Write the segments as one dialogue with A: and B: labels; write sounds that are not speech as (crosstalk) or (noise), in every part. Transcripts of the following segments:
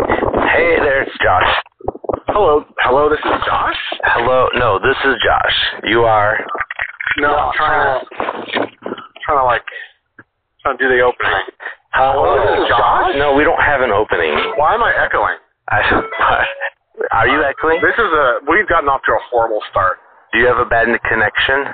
A: Hey there, it's Josh.
B: Hello, hello. This is Josh.
A: Hello, no, this is Josh. You are.
B: No, I'm trying to trying to like trying to do the opening.
A: Hello,
B: this is Josh?
A: No, we don't have an opening.
B: Why am I echoing?
A: I, (laughs) are you echoing?
B: This is a we've gotten off to a horrible start.
A: Do you have a bad connection?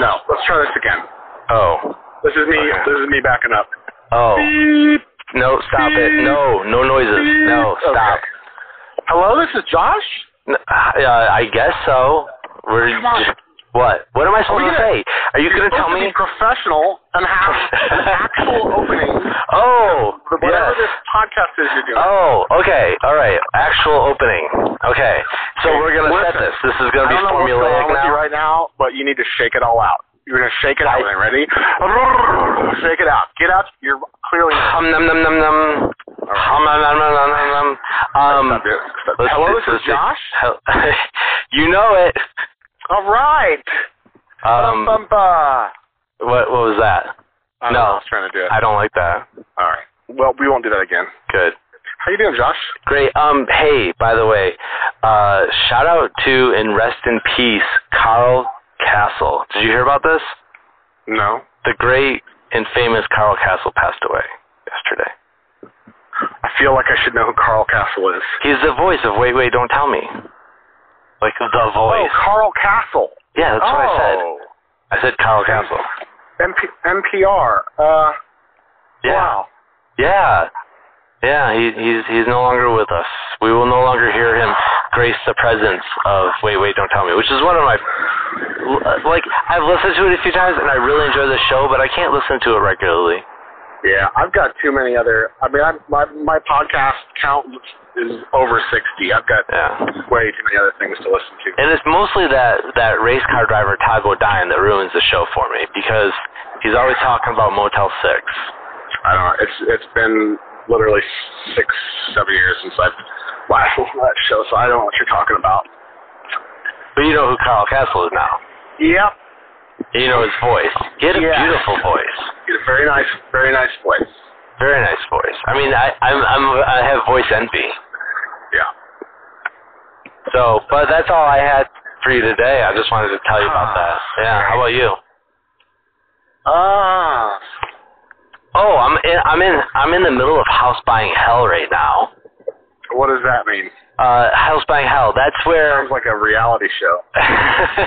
B: No, let's try this again.
A: Oh.
B: This is me. This is me backing up.
A: Oh.
B: Beep.
A: No, stop it. No, no noises. No, stop.
B: Okay. Hello, this is Josh.
A: N- Uh, I guess so. We're
B: Come on.
A: j- what? What am I supposed to
B: gonna-
A: say? Are you going to
B: You're
A: tell
B: supposed
A: me?
B: be professional and have (laughs) an actual opening.
A: (laughs) Oh,
B: Whatever
A: yes.
B: this podcast is you're doing.
A: Oh, okay. All right. Actual opening. Okay. So
B: Okay,
A: we're gonna set
B: listen.
A: this. This is gonna
B: I
A: be
B: don't know what's going
A: formulaic
B: on with you
A: now.
B: right now, but you need to shake it all out. You're gonna shake it out.
A: I-
B: Ready? (laughs) Shake it out. Get out. You're clearly.
A: Hum num num num num. Hum num num num num num num. Um.
B: (laughs) Stop it. Stop.
A: let's
B: Hello,
A: do-
B: this is
A: let's do-
B: Josh.
A: (laughs) hel- you know it.
B: All right.
A: Um.
B: Bum, bum, bah.
A: What What was that?
B: I don't
A: No.
B: know what I was trying to do it.
A: I don't like that.
B: All right. Well, we won't do that again.
A: Good.
B: How you doing, Josh?
A: Great. Um. Hey, by the way, uh, shout out to and rest in peace, Carl Castle. Did you hear about this?
B: No.
A: The great and famous Carl Castle passed away yesterday.
B: I feel like I should know who Carl Castle is.
A: He's the voice of Wait, Wait, Don't Tell Me. Like the
B: Oh,
A: voice.
B: Carl Castle.
A: yeah, that's
B: oh.
A: what I said. I said Carl Castle.
B: MP, NPR. Uh,
A: Yeah.
B: Wow.
A: Yeah. Yeah, he, he's he's no longer with us. We will no longer hear him grace the presence of Wait, Wait, Don't Tell Me, which is one of my like I've listened to it a few times and I really enjoy the show, but I can't listen to it regularly.
B: Yeah, I've got too many other. I mean, I, my my podcast count is over sixty. I've got
A: Yeah.
B: way too many other things to listen to.
A: And it's mostly that that race car driver Todd Bodine that ruins the show for me because he's always talking about Motel Six.
B: I don't know. It's it's been literally six seven years since I've last listened to (laughs) that show, so I don't know what you're talking about.
A: But you know who Carl Castle is now.
B: Yep.
A: You know his voice. He had a
B: Yeah.
A: beautiful voice.
B: He's a very nice, very nice voice.
A: Very nice voice. I mean, I I'm, I'm I have voice envy.
B: Yeah.
A: So, but that's all I had for you today. I just wanted to tell you about that. Yeah. How about you?
B: Ah.
A: Oh, I'm in, I'm in I'm in the middle of house buying hell right now.
B: What does that mean?
A: Uh, house buying hell. That's where
B: Sounds like a reality show.
A: (laughs)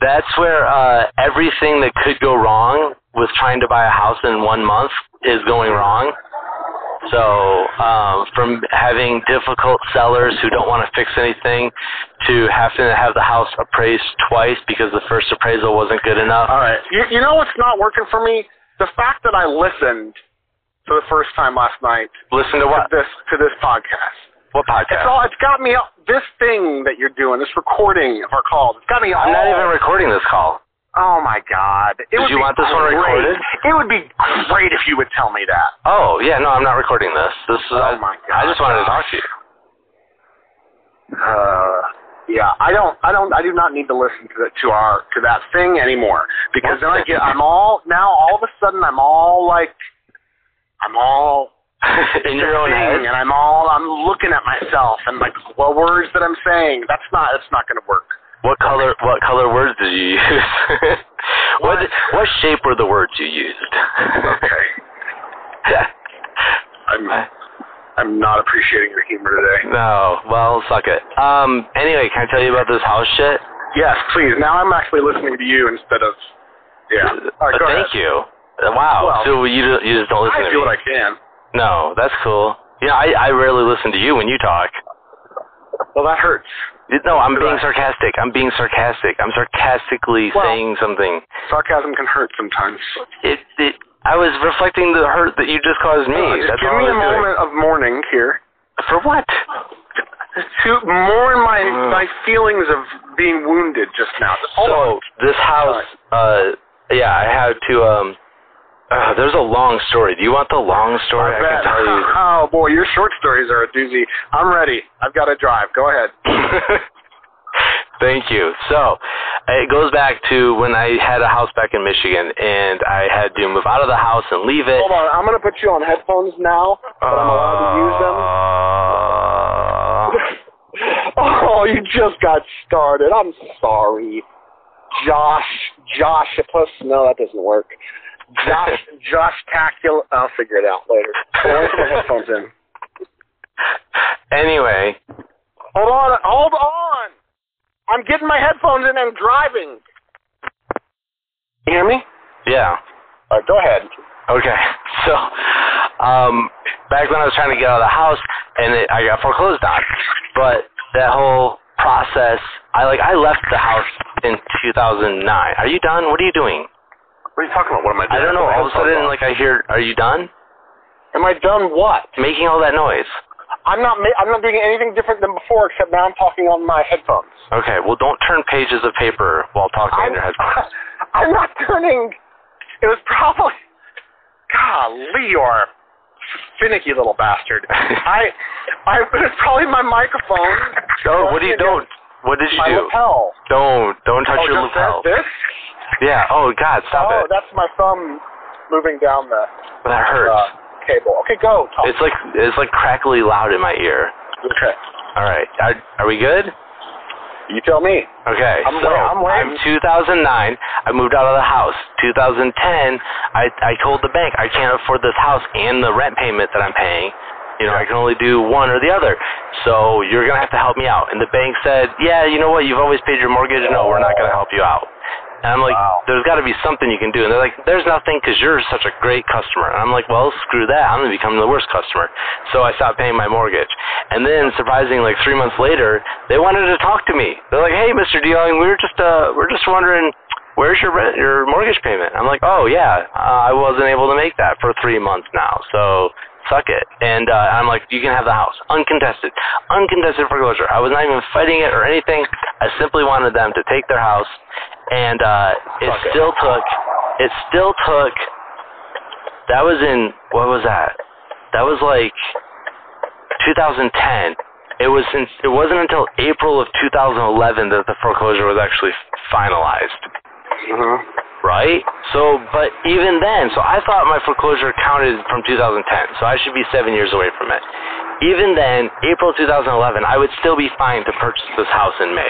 A: that's where uh, everything that could go wrong with trying to buy a house in one month is going wrong. So, um, from having difficult sellers who don't want to fix anything to having to have the house appraised twice because the first appraisal wasn't good enough.
B: All right. You, you know what's not working for me? The fact that I listened for the first time last night
A: Listen to what?
B: to this to this podcast.
A: What podcast?
B: It's all. It's got me. all- This thing that you're doing, this recording of our calls, it's got me.
A: I'm
B: all,
A: not even recording this call.
B: Oh my god! It
A: Did
B: would
A: you
B: be
A: want this one
B: great.
A: recorded?
B: It would be great if you would tell me that.
A: Oh yeah, no, I'm not recording this. This is.
B: Oh my
A: I
B: God.
A: just wanted to talk to you. (laughs)
B: Uh, yeah, I don't, I don't, I do not need to listen to the, to our to that thing anymore because then I get, I'm all now all of a sudden I'm all like, I'm all
A: in your own
B: thing,
A: head.
B: and I'm all I'm looking at myself and like the words that I'm saying. That's not, that's not going to work.
A: What color? What color words did you use? (laughs) what? What shape were the words you used?
B: (laughs) I'm, I'm not appreciating your humor today.
A: (laughs) no. Well, suck it. Um. Anyway, can I tell you about this house shit?
B: Yes, please. Now I'm actually listening to you instead of, yeah. All right,
A: But
B: go
A: Uh, thank
B: ahead.
A: you. Uh, Wow.
B: Well,
A: so you don't- you just don't listen
B: I
A: to
B: do
A: me?
B: what I can.
A: no, that's cool. Yeah, I I rarely listen to you when you talk.
B: Well, that hurts.
A: You- No, I'm
B: Do
A: being
B: I?
A: sarcastic. I'm being sarcastic. I'm sarcastically
B: Well-
A: saying something.
B: Sarcasm can hurt sometimes.
A: It it. I was reflecting the hurt that you just caused me.
B: Uh, just
A: That's
B: give
A: all
B: me
A: I
B: a
A: was doing.
B: moment of mourning here
A: For what?
B: to mourn my
A: Ugh.
B: my feelings of being wounded just now. Just hold on.
A: Uh. So this house, uh, yeah, I had to. Um, uh, there's a long story. Do you want the long story?
B: I
A: I can
B: bet.
A: tell you.
B: (laughs) Oh boy, your short stories are a doozy. I'm ready. I've got to drive. Go ahead. (laughs)
A: Thank you. So it goes back to when I had a house back in Michigan, and I had to move out of the house and leave it.
B: Hold on. I'm gonna put you on headphones now, but I'm allowed to use them.
A: Uh,
B: (laughs) Oh, just got started. I'm sorry. Josh, Josh, plus, no, that doesn't work. Josh, Josh Tacula, I'll figure it out later. Let me put my headphones in.
A: Uh, (laughs) Anyway,
B: Hold on, hold on! I'm getting my headphones in and driving. You hear me?
A: yeah.
B: All right, go ahead.
A: Okay. So, um, back when I was trying to get out of the house, and it, I got foreclosed on, but that whole process, I like, I left the house in 2009. Are you done? What are you doing?
B: What are you talking about? What am
A: I don't know. All of a sudden, like, I hear, are you done?
B: am I done what?
A: Making all that noise.
B: I'm not. Ma- I'm not doing anything different than before, except now I'm talking on my headphones.
A: Okay. Well, don't turn pages of paper while talking on
B: I'm,
A: your headphones. (laughs)
B: (laughs) I'm not turning. It was probably. Golly, you're a finicky little
A: (laughs)
B: bastard. I, I it was probably my microphone.
A: Oh, what do you don't? What did you
B: My
A: do?
B: lapel.
A: Don't don't touch
B: oh,
A: your
B: just that-
A: lapel.
B: This?
A: Yeah. Oh God, stop
B: oh,
A: it.
B: that's my thumb moving down the
A: That hurts.
B: uh, cable. Okay, go. Talk.
A: It's like it's like crackly loud in my ear.
B: okay.
A: All right. Are, are we good?
B: You tell me.
A: Okay.
B: I'm
A: so
B: wait- I'm waiting.
A: 2009. I moved out of the house. 2010. I I told the bank I can't afford this house and the rent payment that I'm paying. You know, I can only do one or the other. So you're gonna have to help me out. And the bank said, Yeah, you know what? You've always paid your mortgage. No, we're not gonna help you out. And I'm like,
B: Wow.
A: There's got to be something you can do. And they're like, There's nothing because you're such a great customer. And I'm like, Well, screw that. I'm gonna become the worst customer. So I stopped paying my mortgage. And then, surprisingly, like three months later, they wanted to talk to me. They're like, Hey, Mr. DeYoung, we were just uh, we're just wondering where's your rent, your mortgage payment? I'm like, oh yeah, uh, I wasn't able to make that for three months now, so suck it. And uh, I'm like, you can have the house, uncontested, uncontested foreclosure. I was not even fighting it or anything. I simply wanted them to take their house, and uh, it
B: Suck it.
A: still took, it still took. That was in what was that? That was like 2010. It was since it wasn't until April of 2011 that the foreclosure was actually finalized
B: Mm-hmm.
A: right? So, but even then, so I thought my foreclosure counted from 2010, so I should be seven years away from it. Even then, April 2011, I would still be fine to purchase this house in May.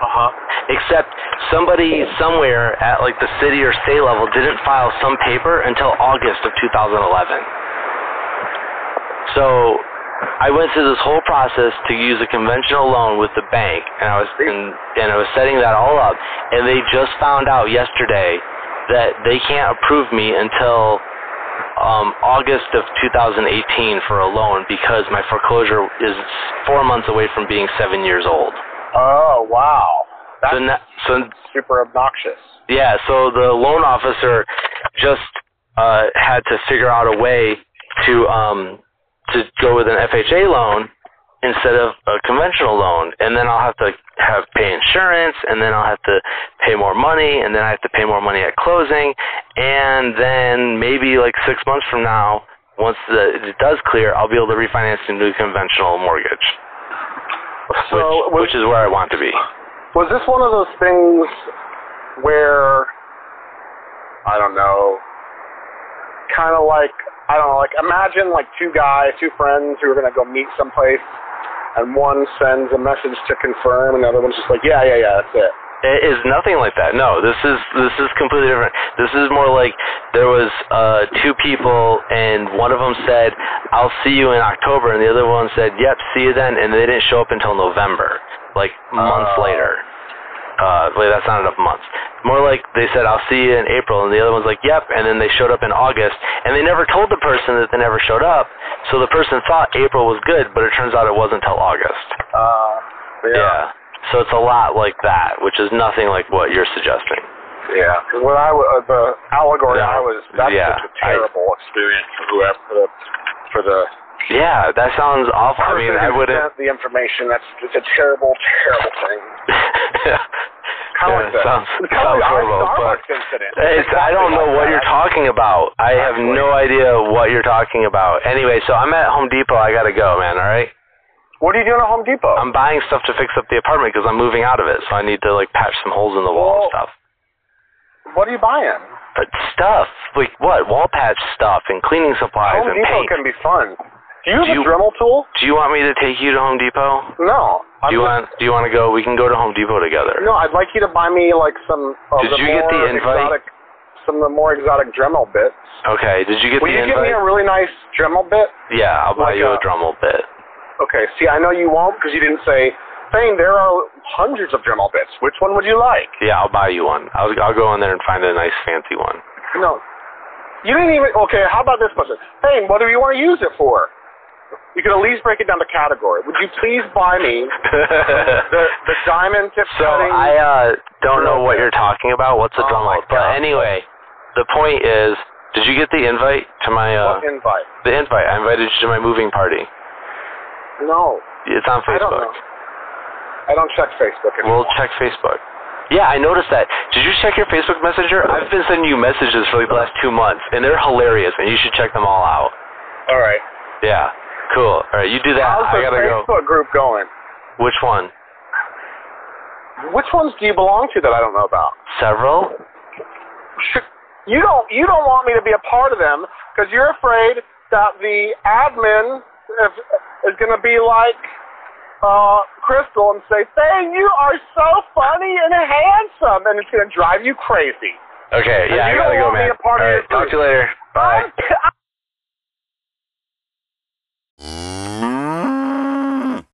B: Uh huh.
A: Except somebody somewhere at like the city or state level didn't file some paper until August of 2011. So I went through this whole process to use a conventional loan with the bank, and I was and, and I was setting that all up, and they just found out yesterday that they can't approve me until um, August of 2018 for a loan because my foreclosure is four months away from being seven years old.
B: Oh wow. That's
A: So, na- so
B: super obnoxious.
A: yeah, so the loan officer just uh, had to figure out a way to um, to go with an FHA loan instead of a conventional loan, and then I'll have to have pay insurance, and then I'll have to pay more money, and then I have to pay more money at closing, and then maybe like six months from now, once the, it does clear, I'll be able to refinance into a conventional mortgage,
B: So
A: which, which is where I want to be.
B: Was this one of those things where I don't know, kind of like I don't know, like imagine like two guys, two friends who are gonna go meet someplace, and one sends a message to confirm, and the other one's just like, yeah, yeah, yeah, that's it.
A: It is nothing like that. No, this is this is completely different. This is more like there was uh, two people, and one of them said, "I'll see you in October," and the other one said, "Yep, see you then," and they didn't show up until November, like months
B: Oh.
A: later. Uh, wait, that's not enough months. More like they said, "I'll see you in April," and the other one's like, "Yep," and then they showed up in August, and they never told the person that they never showed up. So the person thought April was good, but it turns out it wasn't until August.
B: Uh, yeah,
A: Yeah. So it's a lot like that, which is nothing like what you're suggesting.
B: yeah. 'Cause When I was uh, the allegory,
A: No,
B: I was that's
A: yeah,
B: such a
A: I-
B: terrible experience for whoever for the for the
A: Yeah, that sounds awful. I mean,
B: person
A: I
B: who
A: wouldn't.
B: sent the information. That's it's a terrible, terrible thing.
A: (laughs)
B: Kind
A: yeah,
B: of like the,
A: sounds,
B: it's kinda
A: sounds
B: like our
A: horrible, but
B: Starbucks incident.
A: it's, I don't know what you're talking about. I have no idea what you're talking about. Anyway, so I'm at Home Depot. I gotta go, man. All right.
B: What are you doing at Home Depot?
A: I'm buying stuff to fix up the apartment because I'm moving out of it, so I need to like patch some holes in the wall and
B: Well-
A: stuff.
B: what are you buying?
A: But stuff like what? Wall patch stuff and cleaning supplies
B: Home
A: and
B: Depot
A: paint.
B: can be fun. Do you use
A: Do
B: a
A: you-
B: Dremel tool?
A: Do you want me to take you to Home Depot?
B: No.
A: Do you want?
B: I'm-
A: Do you want to go? We can go to Home Depot together.
B: No, I'd like you to buy me like some of
A: Did
B: the
A: you
B: more
A: get the invite?
B: exotic, some of the more exotic Dremel bits.
A: Okay. Did you get
B: Will
A: the
B: you give me
A: invite?
B: a really nice Dremel bit?
A: yeah, I'll buy
B: like
A: you a,
B: a-
A: Dremel bit.
B: Okay. See, I know you won't because you didn't say. Thing, there are hundreds of Dremel bits. Which one would you like?
A: Yeah, I'll buy you one. I'll I'll go in there and find a nice fancy one.
B: No. You didn't even. Okay. How about this person? Thing, what do you want to use it for? You could at least break it down to category. Would you please buy me (laughs) the the diamond tip
A: (laughs) So
B: cutting?
A: I uh, don't know what you're talking about. What's a
B: Oh
A: drum
B: my
A: roll? But
B: God.
A: anyway, the point is, did you get the invite to my uh,
B: What invite?
A: the invite? I invited you to my moving party.
B: No,
A: It's on
B: I don't know.
A: Facebook.
B: I don't check Facebook.
A: We'll
B: anymore.
A: check Facebook. Yeah, I noticed that. Did you check your Facebook Messenger? I've been sending you messages for like the last two months, and they're hilarious, and you should check them all out.
B: All right.
A: Yeah, cool. All right, you do that.
B: How's
A: I
B: the
A: gotta go.
B: Facebook group going?
A: Which one?
B: Which ones do you belong to that I don't know about?
A: Several?
B: Sh- You don't you don't want me to be a part of them because you're afraid that the admin is, is going to be like uh, Crystal and say, "Thing, you are so funny and handsome," and it's going to drive you crazy.
A: Okay, yeah, I
B: you
A: gotta
B: don't
A: go,
B: want me
A: man.
B: to part of
A: all
B: your
A: right, talk to you later. Bye.
B: I'm, I'm